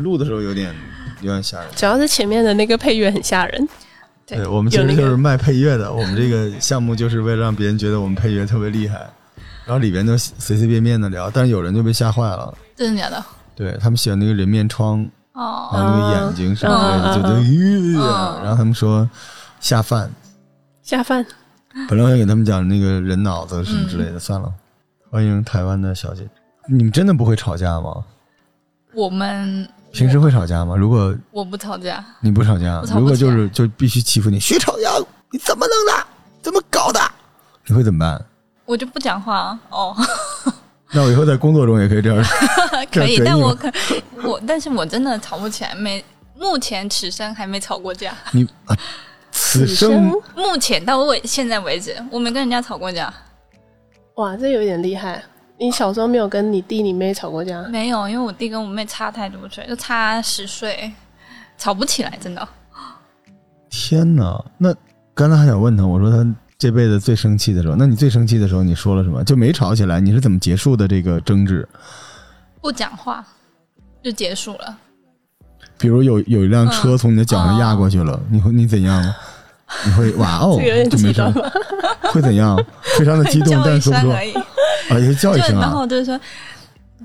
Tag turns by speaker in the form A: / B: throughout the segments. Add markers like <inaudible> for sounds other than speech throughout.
A: 录的时候有点有点吓人。
B: 主要是前面的那个配乐很吓人。
A: 对我们其
B: 有
A: 实
B: 那
A: 就是
B: 个
A: 卖配乐的，我们这个项目就是为了让别人觉得我们配乐特别厉害，然后里边都随随便便的聊，但是有人就被吓坏了，
C: 真的假的？
A: 对他们喜欢那个人面疮，
C: 哦，
A: 然后那个眼睛什么
B: 啊
A: 的，就
B: 啊
A: 就
B: 啊
A: 吁，
C: 啊
A: 然后他们说下饭，
B: 下饭，
A: 本来我想给他们讲那个人脑子什么之类
B: 嗯
A: 的，算了，欢迎台湾的小姐，你们真的不会吵架吗？
C: 我们
A: 平时会吵架吗？如果
C: 我不吵架，
A: 你不吵架
C: 我，吵不
A: 如果就
C: 起来
A: 是就必须欺负你，学吵架，你怎么弄的？怎么搞的？你会怎么办？
C: 我就不讲话啊哦。 <laughs>
A: 那我以后在工作中也可以这样。这
C: 可
A: 样
C: 以
A: 怼，
C: 但
A: 你
C: 我
A: 吗
C: 可我，但是我真的吵不起来，没目前此生还没吵过架，
A: 你啊，此生
C: 目前到为现在为止，我没跟人家吵过架，
B: 哇，这有点厉害。你小时候没有跟你弟你妹吵过
A: 哦
B: 架？
C: 没有，因为我弟跟我妹差太多岁，就差十岁，吵不起来，真的。
A: 天哪！那刚才还想问他，我说他这辈子最生气的时候，那你最生气的时候你说了什么？就没吵起来，你是怎么结束的这个争执？
C: 不讲话就结束了，
A: 比如有有一辆
C: 嗯
A: 车从你的脚上压过去了，
C: 啊
A: 你会你怎样？你会哇
C: <laughs>
A: 哦
B: 这个有，点
A: 就没
B: 激
A: 事
B: 动
A: 儿，
B: 吧？
A: 会怎样？非常的激动，
C: 叫
A: 但
C: 一
A: 是说
C: 声
A: 不出
C: 而已，
A: 啊，也叫一
C: 就
A: 声
C: 然
A: 啊。
C: 后就是说，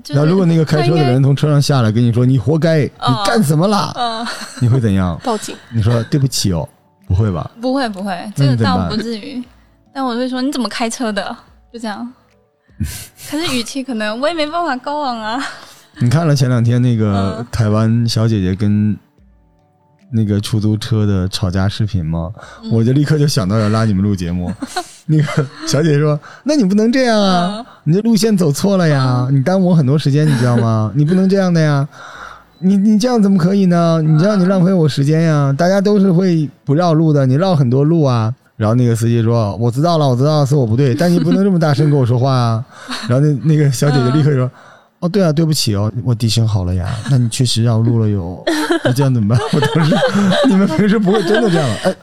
C: 就
A: 然后
C: 是
A: 如果那个开车的
B: 他应
A: 人从车上下来跟你说你活该，你干什么啦？
C: 嗯、
A: 你会怎样？
B: 报警！
A: 你说对不起哦，不会吧？
C: 不会不会，
A: 那
C: 这
A: 你
C: 个
A: 怎么
C: 倒
A: 办
C: 不至于。但我会说你怎么开车的？就
A: <laughs>
C: 这样。可是语气可能我也没办法高昂啊。
A: 你看了前两天那个
C: 嗯
A: 台湾小姐姐跟那个出租车的吵架视频吗？我就立刻就想到要拉你们录节目。那个小姐姐说：“那你不能这样啊，你这路线走错了
B: <laughs>
A: 呀，你耽误我很多时间，你知道吗？你不能这样的呀。”你你这样怎么可以呢？你这样你浪费我时间呀！大家都是会不绕路的，你绕很多路啊。然后那个司机说：“我知道了，我知道了是我不对，但你不能这么大声跟我说话
B: <laughs>
A: 啊。”然后那那个小姐姐立刻
B: 嗯
A: 说：“哦，对啊，对不起哦，我提醒好了呀。那你确实绕路了
B: <laughs>
A: 哟，那这样怎么办？我当时你们平时不会真的这样吧？哎，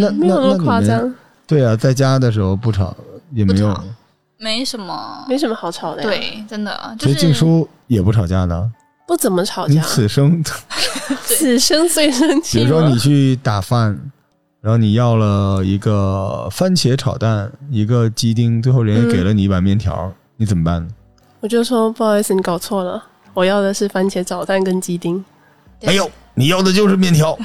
A: 那
B: 没
A: 那
B: 有
A: 那
B: 那
A: 你
B: 么夸
A: 们
B: 张，
A: 对啊，在家的时候不吵也没用，
C: 没什么，
B: 没什么好吵的。，
C: 对，真的就
A: 所以
C: 是
A: 静书也不吵架的。
B: 不怎么吵
A: 你
B: 架。
A: 此
C: <laughs>
A: 生
B: 此生最生
A: 嗯比
B: 气
A: 如
B: 吗。
A: 说你去打饭，然后你要了一个番茄炒蛋，一个鸡丁，最后人家给了你一碗面条，
C: 嗯
A: 你怎么办？
B: 我就说不好意思，你搞错了，我要的是番茄炒蛋跟鸡丁。 <laughs>
C: 对没
A: 有，哎你要的就是面条。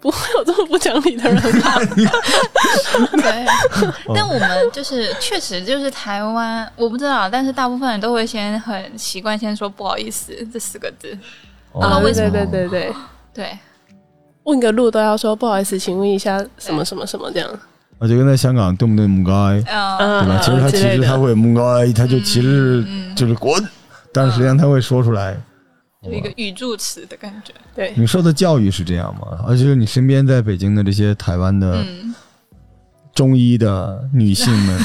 B: 不会有这么不讲理
A: <laughs>
B: 的人吧？
C: <laughs> 对。
A: 哦
C: 但我们就是确实就是台湾，我不知道，但是大部分人都会先很习惯先说不好意思这四个字。
A: 哦
C: 啊为什
B: 对
C: 么
B: 对对对，
C: 对，
B: 问个路都要说不好意思，请问一下什么什么什么这样。
A: 我啊就跟在香港对不对母该，
C: 嗯，
B: 嗯
A: 对吧？其实他
B: 之
A: 其
B: 类
A: 实
B: 的
A: 他会母该，他就其实
C: 嗯
A: 就是滚，但是实际上他会说出来。
C: 有一个语助词的感觉。
B: 对，
A: 你受的教育是这样吗？而且是你身边在北京的这些台湾的
C: 嗯，
A: 中医的女性们，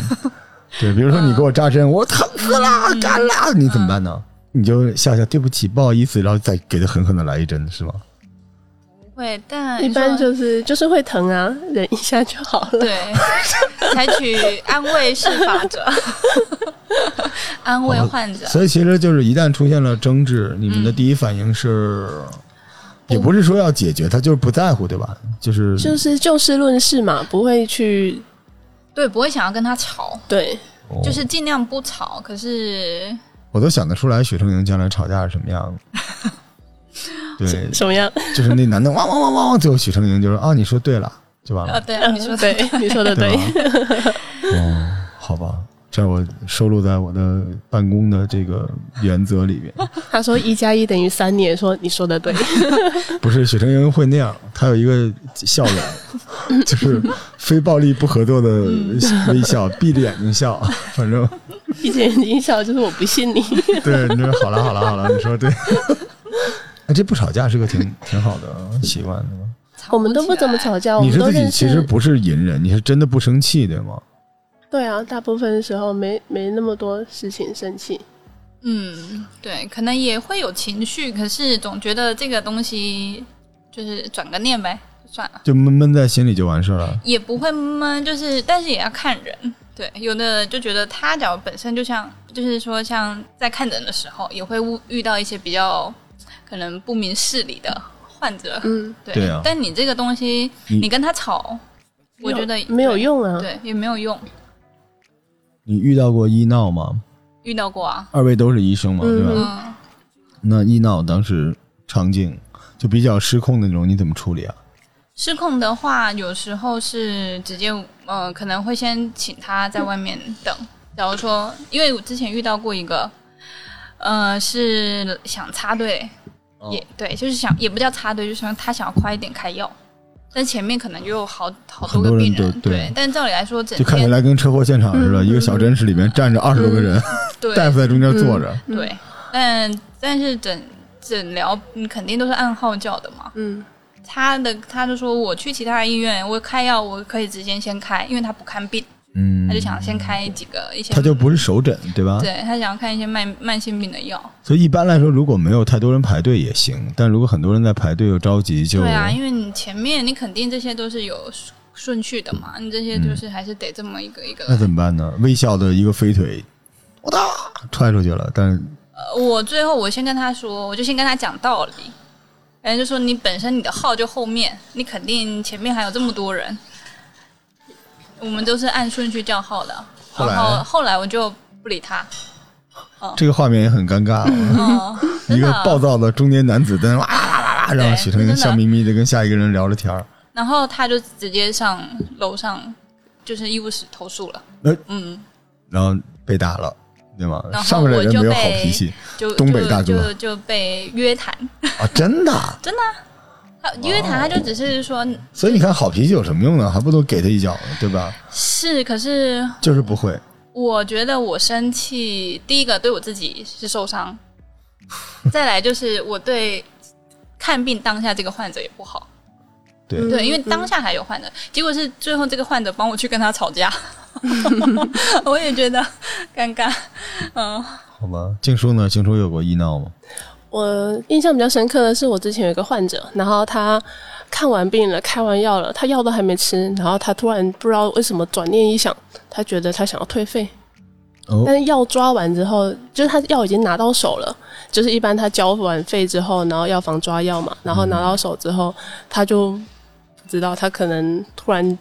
A: 对，比如说你给我扎针，我疼死啦，干啦，你怎么办呢？你就笑笑，对不起，不好意思，然后再给他狠狠的来一针，是吗？
C: 不嗯会，但
B: 一
C: 你说
B: 般就是就是会疼啊，忍一下就好 <laughs> 了。
C: 对，采取安慰式法则，
B: <laughs>
C: 安慰患
B: 哦
C: 者。
A: 所以其实就是一旦出现了争执，你们的第一反应是，也不是说要解决，他就是不在乎，对吧？就是
B: 就是就事论事嘛，不会去
C: 对，不会想要跟他吵，
B: 对
A: 哦
C: 就是尽量不吵。可是
A: 我都想得出来，许成英将来吵架是什么样的。对，
B: 什么样。
A: 就是那男的汪汪汪汪汪，最后许成英就说啊，你说对了，就完了
C: 啊，。对啊，你说
B: 呃嗯对，你说的对，
A: 吧？
B: <laughs>
A: 哦，好吧，这样我收录在我的办公的这个原则里面。
B: <laughs> 他说一加一等于三，你也说你说的对， <laughs>
A: 不是许成英会那样，他有一个笑
B: <laughs>
A: 容，就是非暴力不合作的微笑，闭着眼睛笑。反正
B: 一见眼睛一笑就是我不信
C: <laughs>
B: 你。
A: 对，你说好了好了好了，你说对。哎，这不吵架是个挺挺好的习惯的吗？
C: <laughs> 吵
B: 我们都不
C: 不起啊
B: 怎
C: 来
B: 么。吵哦架，我
A: 你
B: 们
A: 是
B: 都
A: 自己
B: 认
A: 其实
B: 识。
A: 不是隐忍，你是真的不生气，对吗？
B: 对啊，大部分时候没没那么多事情生气。
C: 嗯，对，可能也会有情绪，可是总觉得这个东西就是转个念呗，就算了，
A: 就闷闷在心里就完事儿了。
C: 也不会闷，就是但是也要看人。对，有的就觉得他脚本身就像，就是说像在看诊的时候也会遇遇到一些比较可能不明事理的患者，
B: 嗯，
C: 对
A: 对啊
C: 但你这个东西，
A: 你
C: 你跟他吵，我觉得
B: 没有，用啊。
C: 对，对也没有用。
A: 你遇到过医闹吗？
C: 遇到过啊，
A: 二位都是医生嘛，对吧？
B: 嗯
C: 嗯，
A: 那医闹当时场景就比较失控的那种，你怎么处理啊？
C: 失控的话，有时候是直接呃，可能会先请他在外面等。假如说，因为我之前遇到过一个，呃，是想插队，
A: 哦
C: 也对，就是想也不叫插队，就是他想要快一点开药，但前面可能就有好好多
A: 很多
C: 个
A: 人
C: 病人，
A: 都对
C: 对。但照理来说，整
A: 就看起
C: 天
A: 来跟车祸现场似的，一个小诊室里面站着二十多个人，
C: 嗯
A: <laughs>
C: 对
A: 大夫在中间坐着，
C: 对，但但是诊诊疗嗯肯定都是按号叫的嘛。
B: 嗯，
C: 他的他就说我去其他医院，我开药我可以直接先开，因为他不看病，
A: 嗯
C: 他就想先开几个一些，
A: 他就不是首诊，对吧？
C: 对他想要看一些慢慢性病的药。
A: 所以一般来说，如果没有太多人排队也行，但如果很多人在排队又着急就，
C: 对啊，因为你前面你肯定这些都是有顺顺序的嘛，你这些就是还是得这么一个一个
A: 嗯那
C: 来。
A: 怎么办呢？微笑的一个飞腿，我哒踹出去了，但是
C: 呃我最后我先跟他说，我就先跟他讲道理。人家就说你本身你的号就后面，你肯定前面还有这么多人。我们都是按顺序叫号的，
A: 后来
C: 然后后来我就不理
A: <laughs>
C: 他，
A: 这个画面也很尴尬、
C: 嗯，
A: <laughs> 一
C: 真
A: 个
C: 的
A: 暴躁的中年男子在那哇啦啦啦，然后
C: 对
A: 许成一
C: 真
A: 个
C: 的
A: 笑眯眯的跟下一个人聊着天儿。
C: 然后他就直接上楼上，就是医务室投诉了。
A: 呃
C: 嗯，
A: 然后被打了，对吗？
C: 然后
A: 上面的
C: 我
A: 人
C: 就
A: 没有好
C: 被
A: 脾气
C: 就
A: 东北大哥
C: 就就就被约谈，
A: 啊，真的啊。
C: 他约谈他就只是说
A: 所以你看，好脾气有什么用呢？还不如给他一脚呢，对吧？
C: 是，可是
A: 就是不会，
C: 我觉得我生气，第一个对我自己是
B: <laughs>
C: 受伤，再来就是我对看病当下这个患者也不好，
A: 对，
B: 嗯
C: 对，因为当下还有患者，结果是最后这个患者帮我去跟他
B: <laughs>
C: 吵架， <laughs> 我也觉得尴尬，嗯，
A: 好吧。静叔呢？静叔有过医闹吗？
B: 我印象比较深刻的是，我之前有一个患者，然后他看完病了，开完药了，他药都还没吃，然后他突然不知道为什么转念一想，他觉得他想要退费，
A: 哦
B: 但，是药抓完之后，就是他药已经拿到手了，就是一般他交完费之后，然后药房抓药嘛，然后拿到手之后，他就不知道他可能突然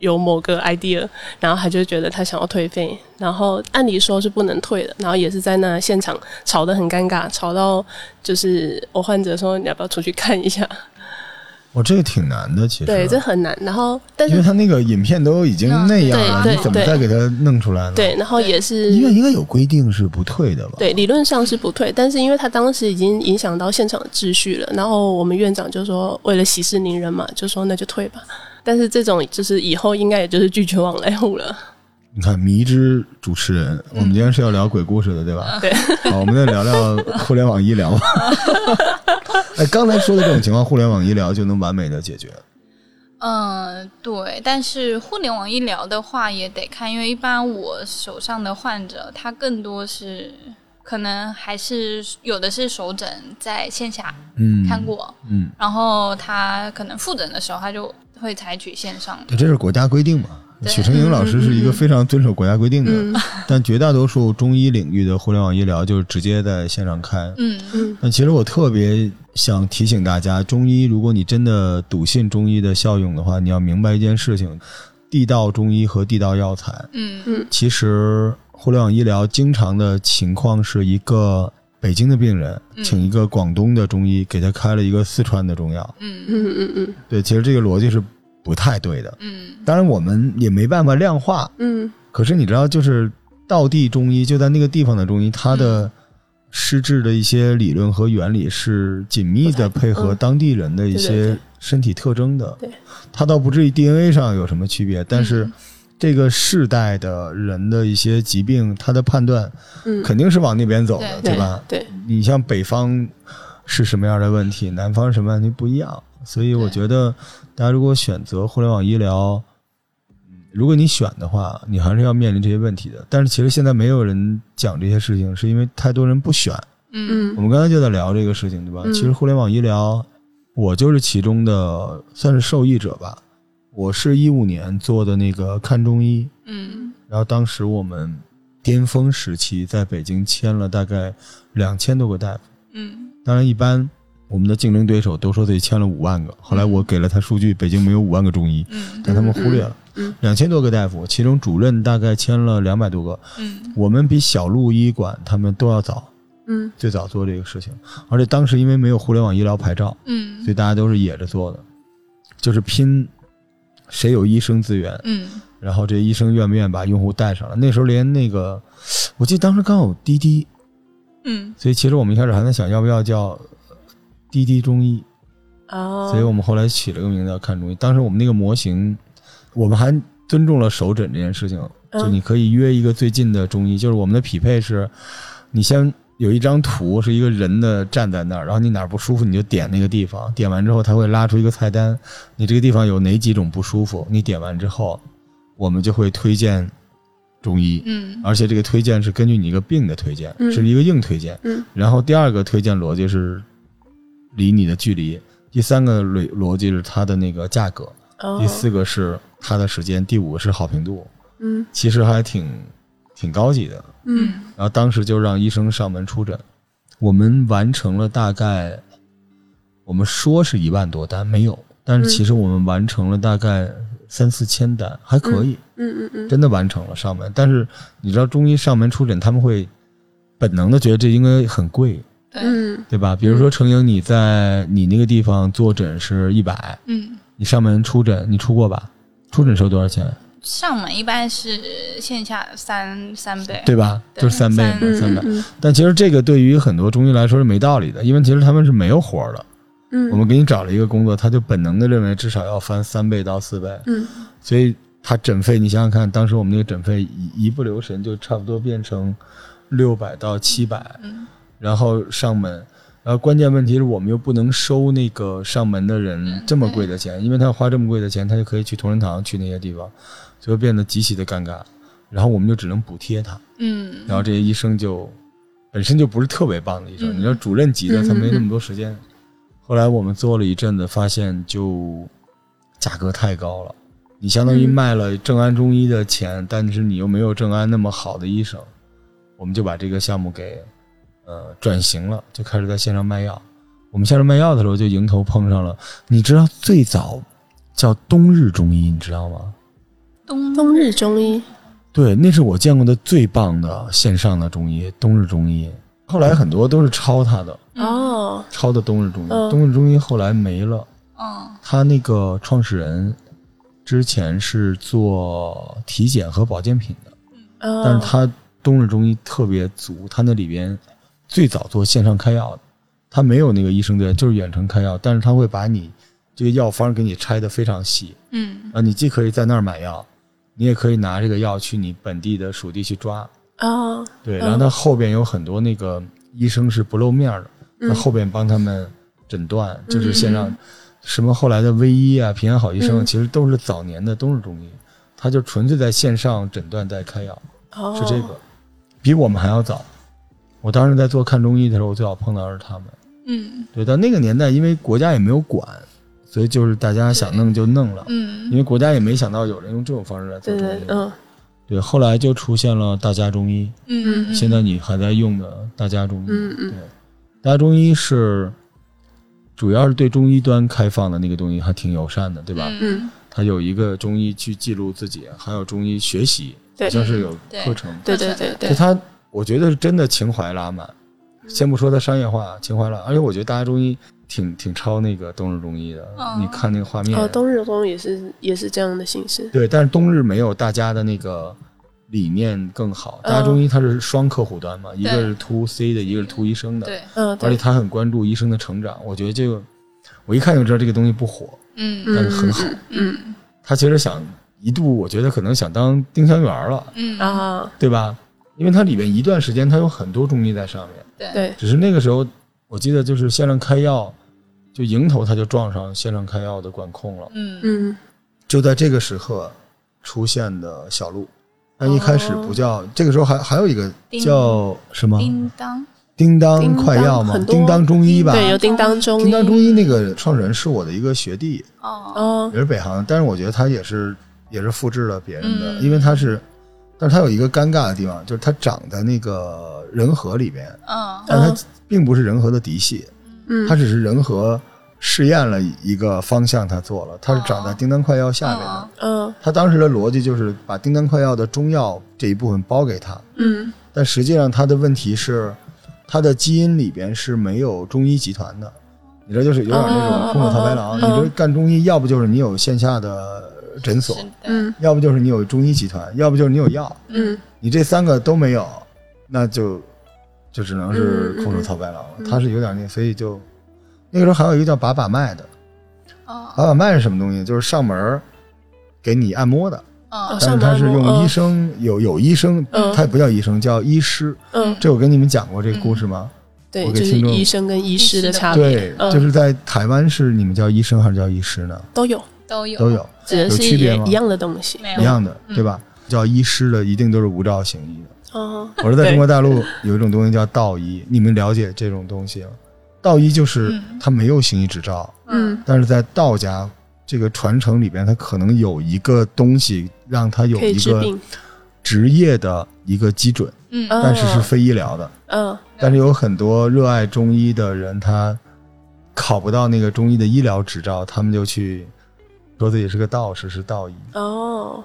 B: 有某个 idea，然后他就觉得他想要退费，然后按理说是不能退的，然后也是在那现场吵得很尴尬，吵到就是我患者说你要不要出去看一下？
A: 我这个挺难的，其实。
B: 对，这很难。然后但
A: 因为
B: 是
A: 他那个影片都已经那样了，
B: 对
A: 你
B: 对
A: 怎么再给他弄出来呢？
B: 对，然后也是
A: 医院应该有规定是不退的吧？
B: 对，理论上是不退，但是因为他当时已经影响到现场的秩序了，然后我们院长就说，为了息事宁人嘛，就说那就退吧。但是这种就是以后应该也就是拒绝往来户了。
A: 你看，迷之主持人，我们今天是要聊鬼故事的，对
B: <laughs>
A: 吧？
B: 对，
A: 好，我们再聊聊互联网医疗吧。哎，刚才说的这种情况，互联网医疗就能完美的解决。
C: 嗯，对，但是互联网医疗的话也得看，因为一般我手上的患者，他更多是可能还是有的是手诊在线下
A: 嗯，
C: 看过，
A: 嗯，
C: 然后他可能复诊的时候，他就会采取线上的
A: 对，这是国家规定嘛。
C: 对嗯
A: 许成英老师是一个非常遵守国家规定的，但绝大多数中医领域的互联网医疗就是直接在线上开。
C: 嗯，
A: 但其实我特别想提醒大家，中医如果你真的笃信中医的效用的话，你要明白一件事情：地道中医和地道药材。
C: 嗯
A: 其实互联网医疗经常的情况是一个北京的病人，
C: 嗯
A: 请一个广东的中医给他开了一个四川的中药。
C: 嗯
B: 嗯嗯嗯
A: 对，其实这个逻辑是不太对的。
C: 嗯
A: 当然，我们也没办法量化。
B: 嗯，
A: 可是你知道，就是道地中医，就在那个地方的中医，它
B: 嗯
A: 的施治的一些理论和原理是紧密的配合
B: 嗯
A: 当地人的一
B: 对对
A: 些
B: 对
A: 身体特征的。
B: 对嗯
A: 它倒不至于 DNA 上有什么区别，但是这个世代的人的一些疾病，他的判断
B: 嗯
A: 肯定是往那边走的，
C: 对
A: 对吧？
B: 对，
A: 你像北方是什么样的问题，南方是什么问题不一样，所以我
C: 对
A: 觉得大家如果选择互联网医疗，嗯如果你选的话，你还是要面临这些问题的。但是其实现在没有人讲这些事情，是因为太多人不选。
C: 嗯
A: 我
B: 嗯
A: 们刚才就在聊这个事情，对吧？
B: 嗯
A: 其实互联网医疗，我就是其中的算是受益者吧。我是一五年做的那个看中医，
C: 嗯
A: 然后当时我们巅峰时期在北京签了大概两千多个大夫，
C: 嗯
A: 当然，一般我们的竞争对手都说自己签了五万个，后来我给了他数据，北京没有五万个中医，
C: 嗯
A: 但他们忽略了
B: 嗯嗯。
A: 两千多个大夫，其中主任大概签了两百多个。
C: 嗯
A: 我们比小鹿医馆他们都要早，
B: 嗯
A: 最早做这个事情。而且当时因为没有互联网医疗牌照，所
C: 嗯
A: 以大家都是野着做的，就是拼谁有医生资源，
C: 嗯
A: 然后这医生愿不愿意把用户带上来。那时候连那个，我记得当时刚有滴滴，
C: 嗯
A: 所以其实我们一开始还在想要不要叫呃滴滴中医，
B: 哦，
A: 所以我们后来起了个名字叫看中医。当时我们那个模型，我们还尊重了手诊这件事情，就
B: 嗯
A: 你可以约一个最近的中医，就是我们的匹配是，你先有一张图是一个人的站在那儿，然后你哪儿不舒服你就点那个地方，点完之后他会拉出一个菜单，你这个地方有哪几种不舒服，你点完之后，我们就会推荐中医。
C: 嗯
A: 而且这个推荐是根据你一个病的推荐，
B: 嗯
A: 是一个硬推荐。
B: 嗯
A: 然后第二个推荐逻辑是离你的距离，第三个逻逻辑是它的那个价格，
B: 哦
A: 第四个是它的时间，第五个是好评度。
B: 嗯
A: 其实还挺挺高级的。
B: 嗯
C: 嗯
A: 然后当时就让医生上门出诊，我们完成了大概，我们说是一万多单没有，但是
B: 嗯
A: 其实我们完成了大概三四千单，还可以。
B: 嗯嗯嗯
A: 真的完成了上门，但是你知道中医上门出诊，他们会本能的觉得这应该很贵，
C: 对
B: 嗯
A: 对吧？比如说程颖，你在你那个地方做诊是一百，
C: 嗯
A: 你上门出诊你出过吧？出诊收多少钱？
C: 上门一般是线下三三倍
A: 对吧？
C: 对
A: 就是三倍嘛，
B: 嗯
A: 三百。
B: 嗯
A: 但其实这个对于很多中医来说是没道理的，因为其实他们是没有活儿的。
B: 嗯，
A: 我们给你找了一个工作，他就本能的认为至少要翻三倍到四倍，
B: 嗯
A: 所以他诊费，你想想看，当时我们那个诊费一一不留神就差不多变成六百到七百，
C: 嗯
A: 然后上门，然后关键问题是我们又不能收那个上门的
B: 嗯
A: 人这么贵的钱，因为他要花这么贵的钱，他就可以去同仁堂去那些地方，所以变得极其的尴尬，然后我们就只能补贴他，
C: 嗯
A: 然后这些医生就本身就不是特别棒的医生，
C: 嗯
A: 你知道主任级的
B: 嗯
A: 他没那么多时间，后来我们做了一阵子，发现就价格太高了。你相当于
B: 嗯
A: 卖了正安中医的钱，但是你又没有正安那么好的医生，我们就把这个项目给呃转型了，就开始在线上卖药。我们线上卖药的时候就迎头碰上了，你知道最早叫冬日中医，你知道吗？
C: 冬
B: 冬日中医
A: 对，那是我见过的最棒的线上的中医，冬日中医。后来很多都是抄他的，
C: 嗯
B: 哦
A: 抄的冬日中医。
B: 嗯
A: 冬日中医后来没了，
C: 嗯
A: 他那个创始人之前是做体检和保健品的，
B: 哦，
A: 但是他冬日中医特别足，他那里边最早做线上开药的，他没有那个医生队，就是远程开药，但是他会把你这个药方给你拆得非常细，
C: 嗯
A: 啊，你既可以在那儿买药，你也可以拿这个药去你本地的属地去抓。
B: 哦
A: 对，
B: 嗯
A: 然后他后边有很多那个医生是不露面儿的，
B: 嗯
A: 那后边帮他们诊断，就是线上
C: 嗯
A: 什么后来的微医啊、平安好医生，
B: 嗯
A: 其实都是早年的都是中医，他就纯粹在线上诊断在开药，
B: 哦
A: 是这个，比我们还要早。我当时在做看中医的时候，我最早碰到的是他们。
C: 嗯
A: 对，但那个年代因为国家也没有管，所以就是大家想弄就弄了，因
C: 嗯
A: 为国家也没想到有人用这种方式来做
B: 对
A: 中
B: 对
A: 医。
B: 嗯
A: 对，后来就出现了大家中医。
C: 嗯
A: 现在你还在用的大家中医，
B: 嗯嗯
A: 对，大家中医是主要是对中医端开放的那个东西，还挺友善的，对吧？
C: 嗯
A: 它有一个中医去记录自己，还有中医学习，
B: 对
A: 好像是有
C: 对
A: 课程，
B: 对对对
A: 就
B: 对
A: 它我觉得是真的情怀拉满。先不说它商业化，情怀拉，而且我觉得大家中医挺挺超那个冬日中医的。
C: 哦
A: 你看那个画面，
B: 哦，冬日中医也是也是这样的形式，
A: 对，但是冬日没有大家的那个理念更好。大家中医它是双客户端嘛，一个
C: 对
A: 是 to C 的，一个是 to 医生的，
C: 对
B: 嗯
A: 而且
B: 对
A: 他很关注医生的成长。我觉得这个，我一看就知道这个东西不火，
C: 嗯
A: 但是很好。
C: 嗯
A: 他其实想一度，我觉得可能想当丁香园了，
C: 嗯
B: 啊
A: 对吧？因为它里面一段时间，它有很多中医在上面，
C: 对
B: 对
A: 只是那个时候，我记得就是线上开药，就迎头他就撞上线上开药的管控了。
C: 嗯
B: 嗯
A: 就在这个时刻出现的小鹿。它一开始不叫，这个时候还还有一个
C: 叮
A: 叫什么
C: 叮当
A: 叮当
B: 叮当
A: 快药嘛，
B: 很多
A: 叮当中医吧。
B: 对有叮当中
A: 叮
B: 医
A: 当中医那个创始人是我的一个学弟，
C: 哦
B: 哦
A: 也是北航，但是我觉得他也是也是复制了别人的，
C: 嗯
A: 因为他是，但是他有一个尴尬的地方，就是他长在那个仁和里边，
C: 嗯
A: 但他并不是仁和的嫡系，
B: 哦嗯
A: 他只是人和试验了一个方向，他做了，他是长在
C: 哦
A: 丁当快药下面的
C: 嗯。
B: 嗯
A: 他当时的逻辑就是把丁当快药的中药这一部分包给他，
B: 嗯
A: 但实际上他的问题是，他的基因里边是没有中医集团的。你这就是有点那
B: 嗯嗯
A: 种
B: 嗯
A: 空手套白狼。
B: 嗯嗯
A: 你这干中医，要不就是你有线下的诊所
C: 是，的，
B: 嗯
A: 要不就是你有中医集团，要不就是你有药。
B: 嗯
A: 你这三个都没有，那就就只能是空手套白狼了。
B: 嗯嗯嗯
A: 他是有点那，所以就那个时候还有一个叫把把脉的，
C: 哦
A: 把把脉是什么东西？就是上门儿给你按摩的，
C: 哦
B: 哦
A: 但是他是
B: 上门按摩
A: 用
B: 嗯
A: 医生有有医生，
B: 嗯
A: 他也不叫医生，叫医师。
B: 嗯，
A: 这我跟你们讲过这个故事吗？
B: 对，
A: 我
B: 就
A: 给
B: 是
A: 听众
B: 医生跟医师的差别
A: 对，
B: 嗯
A: 就是在台湾是你们叫医生还是叫医师呢？
B: 都有，哎
C: 都有
A: 都有
B: 指的是
A: 有区
B: 一
A: 别吗
B: 一样的东西。
C: 没
A: 一
C: 有
A: 样的，
C: 嗯
A: 对吧？叫医师的一定都是无照行医的。
B: 哦，
A: 我说在中国大陆有一种东西叫道医，你们了解这种东西吗？道医就是
C: 嗯
A: 他没有行医执照，
C: 嗯
A: 但是在道家这个传承里边，他可能有一个东西让他有
B: 可以
A: 一
B: 治
A: 个
B: 病，
A: 职业的一个基准，
C: 嗯
B: 嗯
A: 但是是非医疗的。
B: 嗯
A: 但是有很多热爱中医的人，他考不到那个中医的医疗执照，他们就去说自己是个道士，是道医。
B: 哦，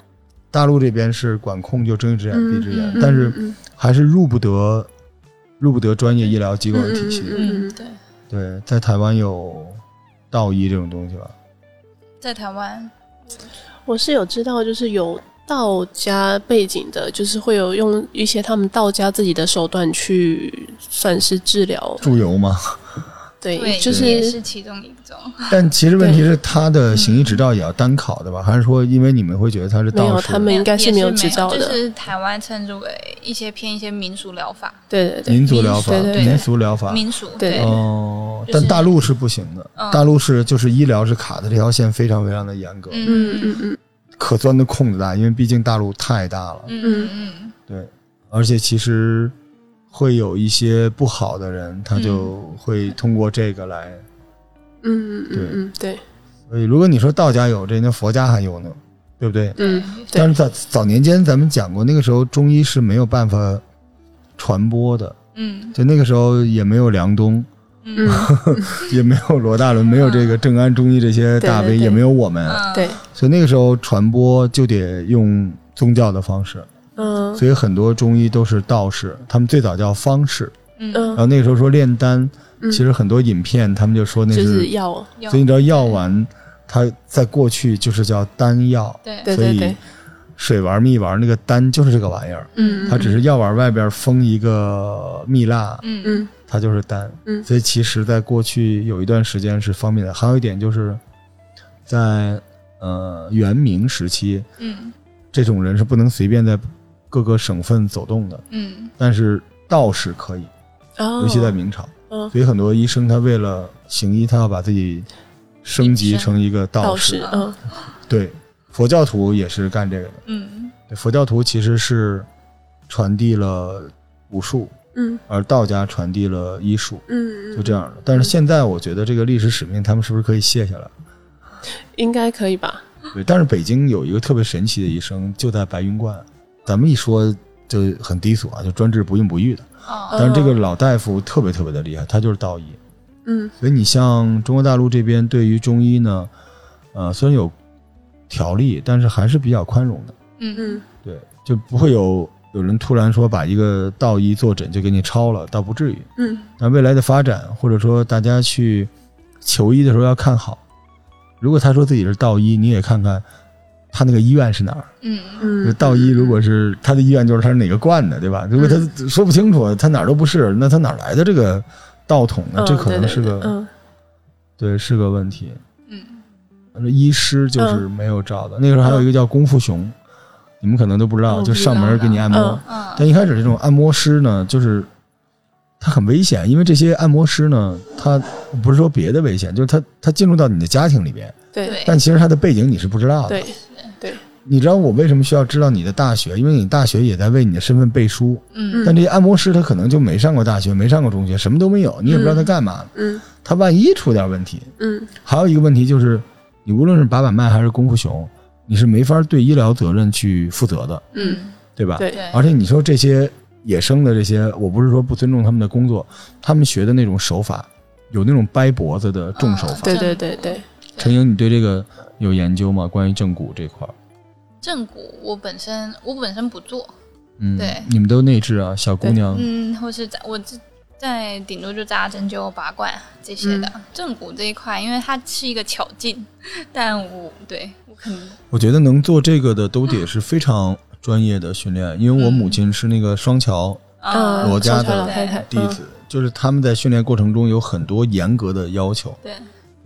A: 大陆这边是管控就睁一只眼闭一只眼，
C: 嗯嗯嗯
A: 但是
B: 嗯
A: 还是入不得入不得专业医疗机构的体系。
B: 嗯
C: 嗯对，
A: 对，在台湾有道医这种东西吧？
C: 嗯在台湾
B: 我是有知道，就是有道家背景的，就是会有用一些他们道家自己的手段去算是治疗，
A: 祝由嘛。
B: 对，
C: 对
B: 就
C: 也
B: 是
C: 是其中一种，
A: 但其实问题是，他的行医执照也要单考的吧？还是说，因为你们会觉得他是
B: 没
A: 道
B: 有
A: 士？
B: 他们应该
C: 是
B: 没有
C: 有
B: 执照
C: 就
B: 的，
C: 是台湾称之为一些偏一些民俗疗法，
B: 对对对，
A: 民族疗法，
B: 对对对
A: 民俗疗法。
C: 民俗
B: 对
C: 对，
A: 哦，
C: 就是
A: 但大陆是不行的，
C: 嗯
A: 大陆是就是医疗是卡的这条线非常非常的严格，
C: 嗯嗯
B: 嗯
A: 可钻的空子大，因为毕竟大陆太大了，
C: 嗯嗯
A: 对，而且其实会有一些不好的人，他就
C: 嗯
A: 会通过这个来，
B: 嗯
A: 对
B: 嗯对，
A: 所以如果你说道家有这，那佛家还有呢，对不对？
B: 嗯
C: 嗯，
B: 对
A: 但是在早年间咱们讲过，那个时候中医是没有办法传播的，
C: 嗯
A: 就那个时候也没有梁冬，
C: 嗯
A: 也没有罗大伦，没有这个正安中医这些大 V，
B: 对对对
A: 也没有我们，啊
B: <laughs>
C: 嗯
B: 对，
A: 所以那个时候传播就得用宗教的方式，
B: 嗯
A: 所以很多中医都是道士，他们最早叫方士，
C: 嗯
A: 然
B: 嗯，
A: 后那个时候说炼丹，
B: 嗯
A: 其实很多影片他们就说那
B: 就是是，药，
C: 有
A: 所以你知道药丸，它在过去就是叫丹药，
C: 对
B: 对
A: 所
B: 对
A: 以
B: 对，
A: 水丸蜜丸那个丹就是这个玩意儿，
B: 嗯
A: 它只是药丸外边封一个蜜蜡，
C: 嗯嗯
B: 嗯
A: 它就是丹。
B: 嗯
A: 所以其实在过去有一段时间是方便的。还有一点就是在呃元明时期，
C: 嗯
A: 这种人是不能随便在各个省份走动的，
C: 嗯
A: 但是道士可以，
B: 哦
A: 尤其在明朝。
B: 嗯
A: 所以很多医生他为了行医，他要把自己升级
C: 隐身
A: 成一个道
B: 道
A: 士。
B: 士，嗯
A: 对，佛教徒也是干这个的。
C: 嗯
A: 对佛教徒其实是传递了武术，
B: 嗯
A: 而道家传递了医术。
B: 嗯，
A: 就这样的。但是现在我觉得这个历史使命，他们是不是可以卸下来？
B: 应该可以吧？
A: 对，但是北京有一个特别神奇的医生，就在白云观。咱们一说就很低俗啊，就专治不孕不育的。
C: 哦
A: 但是这个老大夫特别特别的厉害，他就是道医。
B: 嗯
A: 所以你像中国大陆这边对于中医呢，呃，虽然有条例，但是还是比较宽容的。
C: 嗯
B: 嗯
A: 对，就不会有有人突然说把一个道医坐诊就给你抄了，倒不至于。
B: 嗯
A: 那未来的发展，或者说大家去求医的时候要看好。如果他说自己是道医，你也看看他那个医院是哪儿。
C: 嗯
A: 就
B: 嗯，
A: 道医如果是他的医院，就是他是哪个观的，对吧？如果他
B: 嗯
A: 说不清楚，他哪儿都不是，那他哪儿来的这个道统呢？
B: 嗯
A: 这可能是
B: 对对对
A: 个
B: 嗯
A: 对是个问题。
C: 嗯
A: 医师就是没有照的。那个时候还有一个叫功夫熊，你们可能都不知道，
B: 嗯
A: 就上门给你按摩。
B: 嗯
C: 嗯
A: 但一开始这种按摩师呢，就是他很危险，因为这些按摩师呢，他不是说别的危险，就是他他进入到你的家庭里边，
B: 对
C: 对
A: 但其实他的背景你是不知道的。
B: 对
A: 你知道我为什么需要知道你的大学？因为你大学也在为你的身份背书。
C: 嗯
A: 但这些按摩师他可能就没上过大学，没上过中学，什么都没有，你也不知道他干嘛。
B: 嗯
A: 他万一出点问题，
B: 嗯
A: 还有一个问题就是，你无论是把把脉还是功夫熊，你是没法对医疗责任去负责的，
B: 嗯，
A: 对吧？
B: 对
C: 对
A: 而且你说这些野生的这些，我不是说不尊重他们的工作，他们学的那种手法，有那种掰脖子的重手法。
B: 对对对啊对，
A: 陈莹，你对这个有研究吗？关于正骨这块儿？
C: 正骨我本身我本身不做，
A: 嗯，
C: 对
A: 你们都内置啊，小姑
B: 对
A: 娘，
C: 嗯，或是在我这在顶多就扎针灸、拔罐这些的。
A: 嗯
C: 正骨这一块，因为它是一个巧劲， <laughs> 但我对我可能
A: 我觉得能做这个的都得是非常专业的训练，因为我母亲是那个双桥
C: 啊
A: 罗
B: 嗯，
A: 家
B: 家
A: 的
B: 老太太，
A: 弟子，就是他们在训练过程中有很多严格的要求，
C: 对，
A: 比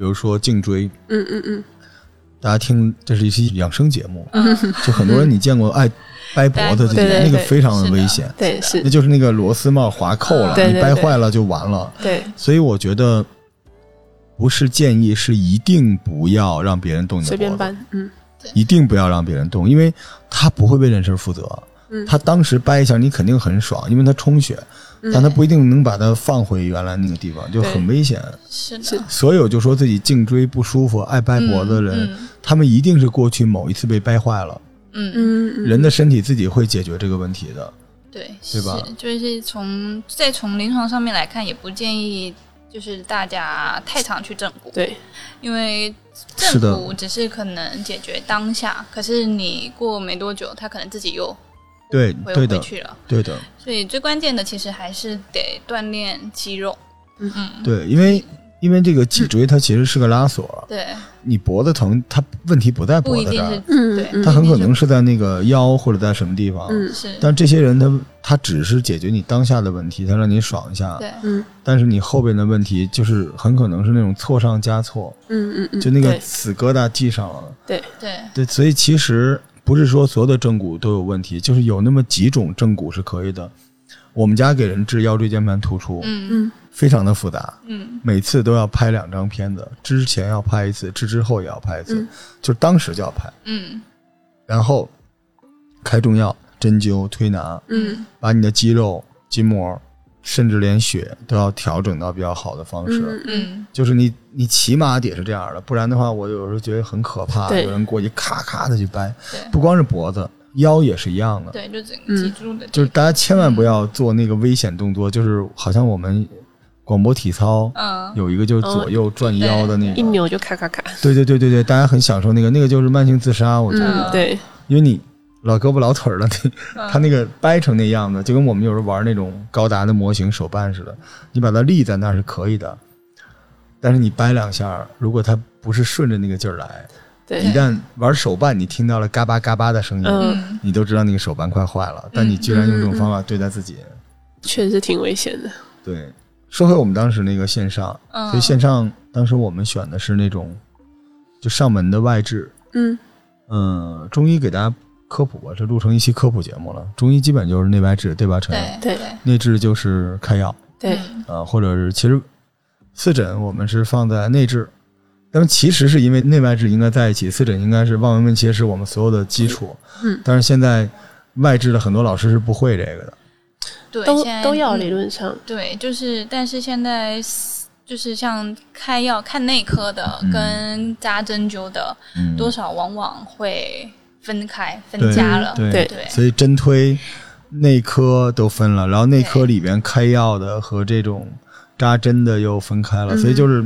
A: 如说颈椎。
B: 嗯嗯嗯，
A: 大家听，这是一期养生节
B: <laughs>
A: 目， <laughs>
C: 嗯，
A: 就很多人你见过爱掰脖子的，
B: 对对
A: 那个
B: 对
A: 非常的
C: 是的
A: 危险，
B: 对是
A: 那，就是那个螺丝帽划扣了，
B: 对
A: 你
B: 对
A: 掰
B: 对
A: 坏了就完了。
B: 对
A: 所以我觉得不是建议，是一定不要让别人动你的
B: 随便
A: 脖子，
B: 搬，嗯
A: 一定不要让别人动，因为他不会为这事儿负责。
B: 嗯
A: 他当时掰一下，你肯定很爽，因为他充血，
C: 嗯
A: 但他不一定能把它放回原来那个地方，就很危险。
C: 是的，
B: 是
A: 所有就说自己颈椎不舒服、爱掰脖子的人，
C: 嗯
A: 他们一定是过去某一次被掰坏了。
C: 嗯嗯，
B: 嗯嗯
A: 人的身体自己会解决这个问题的。
C: 对，
A: 对吧
C: 是就是从再从临床上面来看，也不建议就是大家太常去正骨，
B: 对
C: 因为
A: 是
C: 正
A: 的
C: 骨只是可能解决当下，可是你过没多久，他可能自己又
A: 对
C: 回
A: 对
C: 回
A: 的，
C: 去了。
A: 对的，
C: 所以最关键的其实还是得锻炼肌肉。
B: 嗯
C: 嗯，
A: 对，因为因为这个脊椎它其实是个拉锁，
C: 对，
A: 你脖子疼，它问题不在
C: 不
A: 脖
C: 一
A: 子这
C: 定
A: 儿
C: 是，
B: 嗯
C: 对
A: 它
B: 嗯
A: 很可能是在那个腰或者在什么地方。
B: 嗯
C: 是，
A: 但这些人他他只是解决你当下的问题，他让你爽一下，
C: 对，
B: 嗯
A: 但是你后边的问题就是很可能是那种错上加错，
B: 嗯嗯嗯，
A: 就那个
B: 对
A: 死疙瘩系上了。
C: 对，
A: 对，所以其实不是说所有的正骨都有问题，就是有那么几种正骨是可以的。我们家给人治腰椎间盘突出，
C: 嗯
B: 嗯
A: 非常的复杂，
C: 嗯
A: 每次都要拍两张片子，之前要拍一次，之之后也要拍一次，
B: 嗯
A: 就是当时就要拍，
C: 嗯
A: 然后开中药、针灸、推拿，
B: 嗯
A: 把你的肌肉、筋膜，甚至连血都要调整到比较好的方式。
B: 嗯嗯
C: 嗯
A: 就是你，你起码得是这样的，不然的话，我有时候觉得很可怕。
B: 对
A: 有人过去咔咔的去掰，
C: 对
A: 不光是脖子，腰也是一样的。
C: 对，就整
B: 嗯
C: 个脊柱的地方，
A: 就是大家千万不要做那个危险动作，就是好像我们广播体操，
C: 嗯
A: 有一个就是左右转腰的那
B: 一
A: 个，
B: 扭就咔咔咔，
A: 对对对对对，大家很享受那个，那个就是慢性自杀，我觉得，
B: 嗯对
A: 因为你老胳膊老腿儿
B: <laughs>
A: 的，那
C: 嗯
A: 他那个掰成那样子，就跟我们有时候玩那种高达的模型手办似的，你把它立在那儿是可以的，但是你掰两下儿，如果它不是顺着那个劲儿来，一
B: 对，
A: 旦玩手办，你听到了嘎巴嘎巴的声音，
B: 嗯
C: 嗯
A: 你都知道那个手办快坏了，但你居然用这种方法对待自己，
B: 嗯确实挺危险的，
A: 对。说回我们当时那个线上，
C: 嗯，
A: 所以线上当时我们选的是那种就上门的外治，
B: 嗯
A: 嗯，中医给大家科普吧，这录成一期科普节目了。中医基本就是内外治，对吧？陈阳，
C: 对
B: 对
A: 内治就是开药
B: 对
C: 嗯
A: 啊、或者是其实四诊我们是放在内治，那么其实是因为内外治应该在一起，四诊应该是望闻问切是我们所有的基础。
B: 嗯
A: 但是现在外治的很多老师是不会这个的。
C: 对，
B: 都
C: 现在
B: 都要
C: 嗯
B: 理论上，
C: 对，就是，但是现在就是像开药、看内科的
A: 嗯
C: 跟扎针灸的，
A: 嗯
C: 多少往往会分开、分
A: 对
C: 家了。
A: 对
B: 对
C: 对
A: 所以针推内科都分了，然后内科里边开药的和这种扎针的又分开了，
B: 嗯
A: 所以就是，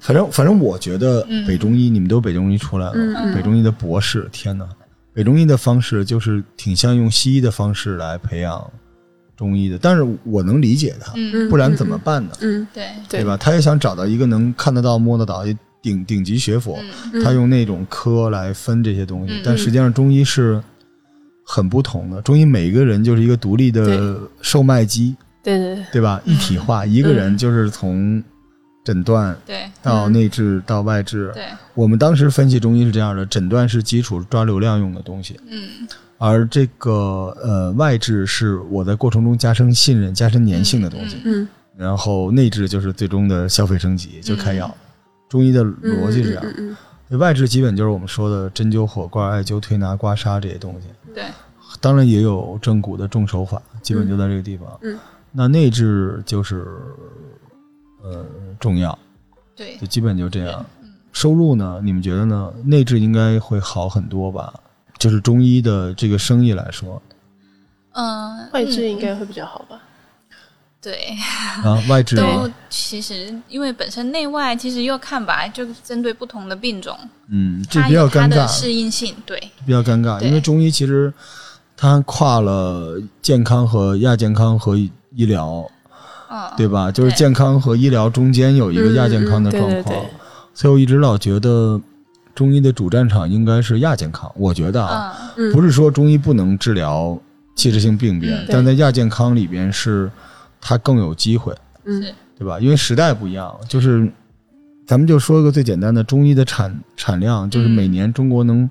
A: 反正反正我觉得
C: 嗯
A: 北中医，你们都北中医出来了，
B: 嗯嗯
A: 北中医的博士，天哪！北中医的方式就是挺像用西医的方式来培养中医的，但是我能理解他，
C: 嗯，
A: 不然怎么办呢？
B: 嗯
C: 对，
B: 对
A: 吧？他也想找到一个能看得到、摸得到、顶顶级学府，
C: 嗯
B: 嗯
A: 他用那种科来分这些东西，
C: 嗯
A: 但实际上中医是很不同的。中医每个人就是一个独立的
B: 对
A: 售卖机，
B: 对对对
A: 对吧？一体化，一个人就是从诊断
C: 对
A: 到内治到外治。
C: 对，
A: 我们当时分析中医是这样的：诊断是基础，抓流量用的东西，
C: 嗯
A: 而这个呃外治是我在过程中加深信任、加深粘性的东西。
C: 嗯
B: 嗯
A: 然后内治就是最终的消费升级，就开药。中医的
B: 嗯
A: 逻辑是这样的。
B: 嗯嗯
A: 外治基本就是我们说的针灸、火罐、艾灸、推拿、刮痧这些东西，
C: 对，
A: 当然也有正骨的重手法，基本就在这个地方。
B: 嗯嗯
A: 那内治就是呃重要，
C: 对
A: 就基本就这样。
C: 嗯
A: 收入呢？你们觉得呢？内治应该会好很多吧？就是中医
C: <laughs>
A: 的这个生意来说，
C: 嗯，
B: 外治
C: 嗯
B: 应该会比较好吧？
C: 对，
A: 啊，外置
C: 都
A: 吗？
C: 其实因为本身内外其实要看吧，就针对不同的病种，
A: 嗯，这
C: 它
A: 比较
C: 有它
A: 尴
C: 的
A: 尬，
C: 适应性。对，
A: 比较尴尬，
C: 对
A: 因为中医其实它跨了健康和亚健康和医疗，
C: 嗯，
A: 对吧？就是
C: 对
A: 健康和医疗中间有一个亚健康的
B: 嗯嗯嗯对
A: 状况，
B: 对对
A: 所以我一直老觉得中医的主战场应该是亚健康。我觉得啊，
B: 嗯，
C: 嗯，
A: 不是说中医不能治疗器质性病变，
C: 嗯
A: 但在亚健康里边是它更有机会，
B: 嗯
C: 是，
A: 对吧？因为时代不一样，就是咱们就说一个最简单的，中医的产产量就是
C: 嗯
A: 每年中国能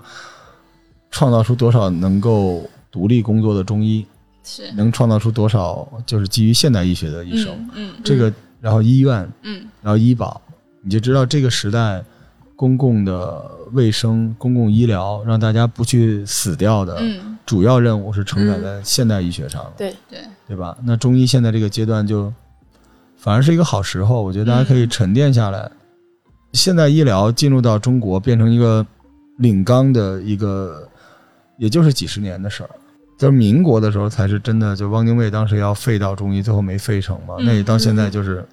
A: 创造出多少能够独立工作的中医，
C: 是，
A: 能创造出多少就是基于现代医学的医生，
C: 嗯嗯
A: 这个然后医院，
C: 嗯
A: 然后医保，你就知道这个时代。公共的卫生、公共医疗，让大家不去死掉的，
C: 嗯，
A: 主要任务是承载在现代医学上了，
B: 对
C: 对，
A: 对吧？那中医现在这个阶段就反而是一个好时候，我觉得大家
C: 嗯
A: 可以沉淀下来。现代医疗进入到中国，变成一个领纲的一个，也就是几十年的事儿。就是民国的时候才是真的，就汪精卫当时要废掉中医，最后没废成嘛。
C: 嗯
A: 那到现在就是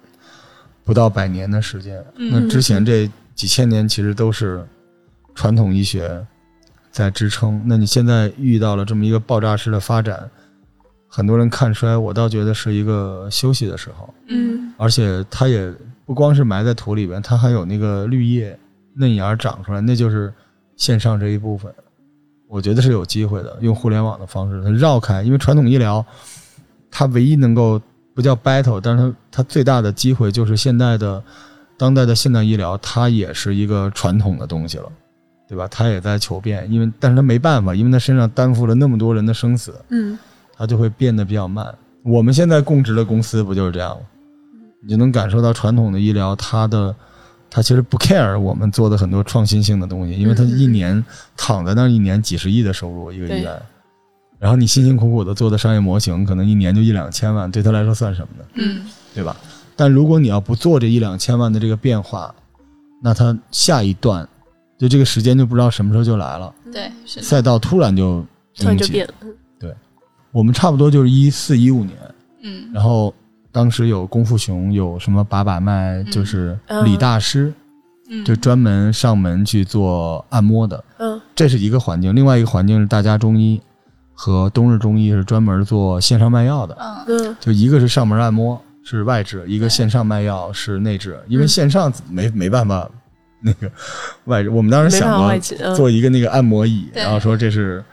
A: 不到百年的时间。呃那
C: 嗯
A: 之前这几千年其实都是传统医学在支撑。那你现在遇到了这么一个爆炸式的发展，很多人看衰，我倒觉得是一个休息的时候。
C: 嗯
A: 而且它也不光是埋在土里边，它还有那个绿叶嫩芽长出来，那就是线上这一部分，我觉得是有机会的。用互联网的方式，它绕开，因为传统医疗它唯一能够不叫 battle，但是它它最大的机会就是现代的当代的现代医疗，它也是一个传统的东西了。对吧？它也在求变，因为但是它没办法，因为它身上担负了那么多人的生死，
B: 嗯
A: 它就会变得比较慢。我们现在供职的公司不就是这样吗？你就能感受到传统的医疗，它的它其实不 care 我们做的很多创新性的东西，因为它
B: 嗯嗯嗯
A: 一年躺在那儿一年几十亿的收入一个医
B: 对
A: 院，然后你辛辛苦苦的做的商业模型，可能一年就一两千万，对他来说算什么呢？
C: 嗯
A: 对吧？但如果你要不做这一两千万的这个变化，那它下一段就这个时间就不知道什么时候就来了，
B: 嗯
C: 对，是的，
A: 赛道突然就
B: 突然就
A: 拥挤
B: 变了，
A: 我们差不多就是一四一五年，
C: 嗯
A: 然后当时有功夫熊，有什么把把脉，就是李大师，
C: 嗯，
A: 就专门上门去做按摩的，
B: 嗯
A: 这是一个环境。另外一个环境是大家中医和冬日中医是专门做线上卖药的，
C: 嗯
B: 嗯
A: 就一个是上门按摩是外治，一个线上卖药是内治，因
B: 嗯
A: 为线上没没办法那个外治，我们当时
B: 没
A: 想
B: 办法
A: 过
B: 外置嗯
A: 做一个那个按摩椅，
C: 对
A: 然后说这是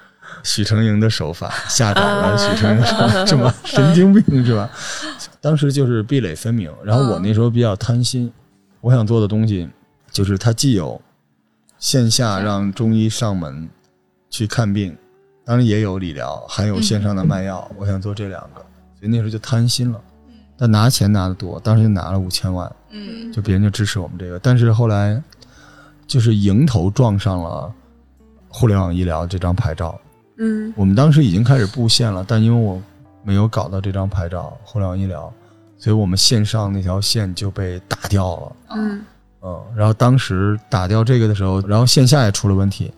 A: 许成营的手法，下载了
B: 啊
A: 许成营的手 <laughs> 法，什么神经病是吧？当时就是壁垒分明，然后我
C: 嗯
A: 那时候比较贪心，我想做的东西就是它既有线下让中医上门去看病，当然也有理疗，还有线上的卖药，我想做这两个，所以那时候就贪心了。但拿钱拿的多，当时就拿了五千万，
C: 嗯
A: 就别人就支持我们这个。但是后来就是迎头撞上了互联网医疗这张牌照，
B: 嗯
A: 我们当时已经开始布线了，但因为我没有搞到这张牌照，互联网医疗，所以我们线上那条线就被打掉了。
B: 嗯
A: 嗯，然后当时打掉这个的时候，然后线下也出了问题，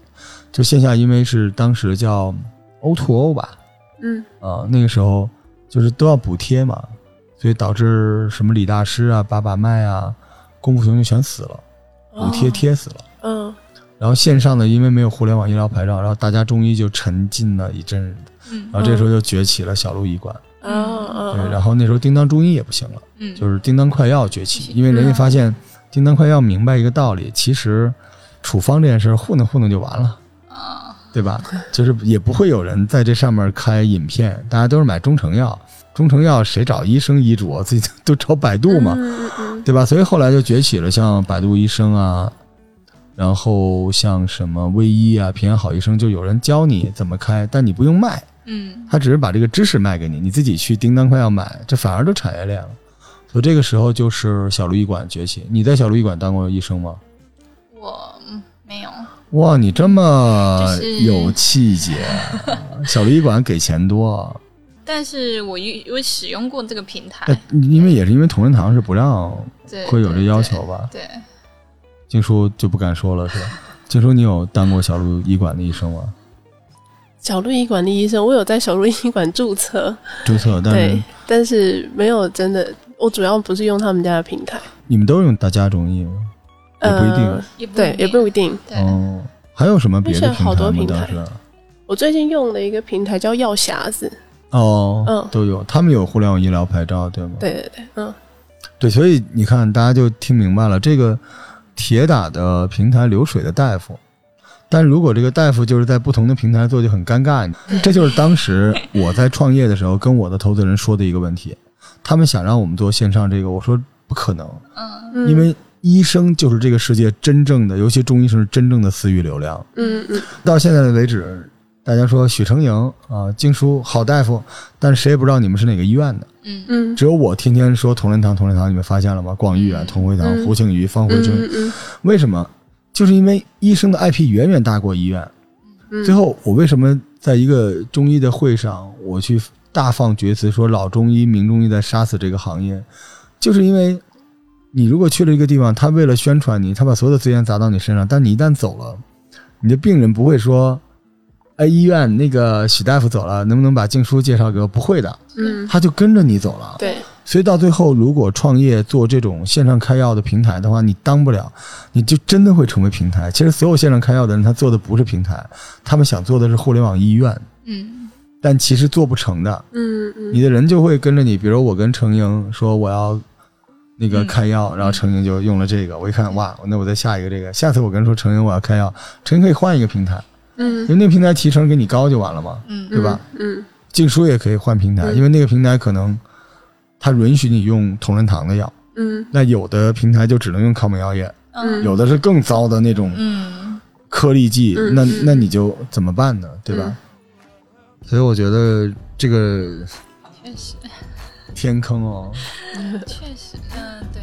A: 就线下因为是当时叫 O to O 吧，
B: 嗯
A: 啊、那个时候就是都要补贴嘛，所以导致什么李大师啊、把把脉啊、功夫熊就全死了，补
B: 哦
A: 贴贴死了。
B: 嗯
A: 然后线上的因为没有互联网医疗牌照，然后大家中医就沉浸了一阵，
C: 嗯
A: 然后这时候就崛起了小鹿医馆。
B: 嗯嗯，
A: 对，然后那时候叮当中医也不行了，
C: 嗯，
A: 就是叮当快药崛起，因为人家发现叮当快药明白一个道理，其实处方这件事儿糊弄糊弄就完了，
C: 啊，
A: 对吧？就是也不会有人在这上面开饮片，大家都是买中成药，中成药谁找医生医嘱啊？自己都找百度嘛，
B: 嗯嗯
A: 对吧？所以后来就崛起了像百度医生啊，然后像什么微医啊、平安好医生，就有人教你怎么开，但你不用卖，
C: 嗯
A: 他只是把这个知识卖给你，你自己去叮当快要买，这反而都产业链了。所以这个时候就是小鹿医馆崛起。你在小鹿医馆当过医生吗？
C: 我嗯没有，
A: 哇，你这么
C: 就是
A: 有气节！小鹿医馆给钱多，
C: 但是我有有使用过这个平台
A: 呃，因为也是因为同仁堂是不让
C: 哎对，
A: 会有这
C: 对
A: 要求吧？
C: 对，对
A: 静叔就不敢说了，是吧？静叔，你有当过小鹿医馆的医生吗？
B: 小鹿医馆的医生，我有在小鹿医馆注册，
A: 注册，但
B: 对
A: 是，
B: 但是没有真的，我主要不是用他们家的平台，
A: 你们都用大家中医吗？也不一定啊
B: 呃，
C: 也不
B: 对，也不一定。
C: 对，
A: 哦，还有什么别的
B: 而且好多
A: 平台
B: 平
A: 吗？
B: 台
A: 当时
B: 我最近用的一个平台叫药匣子，
A: 哦，
B: 嗯
A: 都有，他们有互联网医疗牌照，对吗？
B: 对对对，嗯，
A: 对，所以你看，大家就听明白了，这个铁打的平台流水的大夫，但如果这个大夫就是在不同的平台做，就很尴尬。
B: <laughs>
A: 这就是当时我在创业的时候跟我的投资人说的一个问题，他们想让我们做线上这个，我说不可能，
C: 嗯，
B: 嗯
A: 因为医生就是这个世界真正的，尤其中医生是真正的私域流量。
B: 嗯嗯
A: 到现在的为止，大家说许成营啊、经书好大夫，但是谁也不知道你们是哪个医院的。
C: 嗯，
B: 嗯
A: 只有我天天说同仁堂，同仁堂，你们发现了吗？广誉啊，
C: 嗯
A: 同辉堂、
B: 嗯
A: 胡庆余、方回春，
B: 嗯嗯
A: 为什么？就是因为医生的 IP 远远大过医院。
B: 嗯，
A: 最后，我为什么在一个中医的会上，我去大放厥词说老中医、名中医在杀死这个行业，就是因为你如果去了一个地方，他为了宣传你，他把所有的资源砸到你身上，但你一旦走了，你的病人不会说。哎，医院那个许大夫走了，能不能把静书介绍给我？不会的，
B: 嗯
A: 他就跟着你走了。
B: 对，
A: 所以到最后，如果创业做这种线上开药的平台的话，你当不了，你就真的会成为平台。其实所有线上开药的人，他做的不是平台，他们想做的是互联网医院，
C: 嗯，
A: 但其实做不成的。
B: 嗯嗯
A: 你的人就会跟着你，比如我跟程英说我要那个开药，然后程英就用了这个，我一看哇，那我再下一个这个，下次我跟人说程英我要开药，程英可以换一个平台，因
B: 嗯
A: 为那个平台提成给你高就完了嘛。
C: 嗯，
A: 对吧？
B: 嗯
A: 静书也可以换平台，
B: 嗯
A: 因为那个平台可能它允许你用同仁堂的药。
B: 嗯
A: 那有的平台就只能用抗美药液，
C: 嗯，
A: 有的是更糟的那种
C: 嗯，
A: 颗粒剂，
B: 嗯
A: 那
B: 嗯
A: 那你就怎么办呢？对吧？所以我觉得这个
C: 确实，
A: 天坑哦，
C: 确实，嗯，对，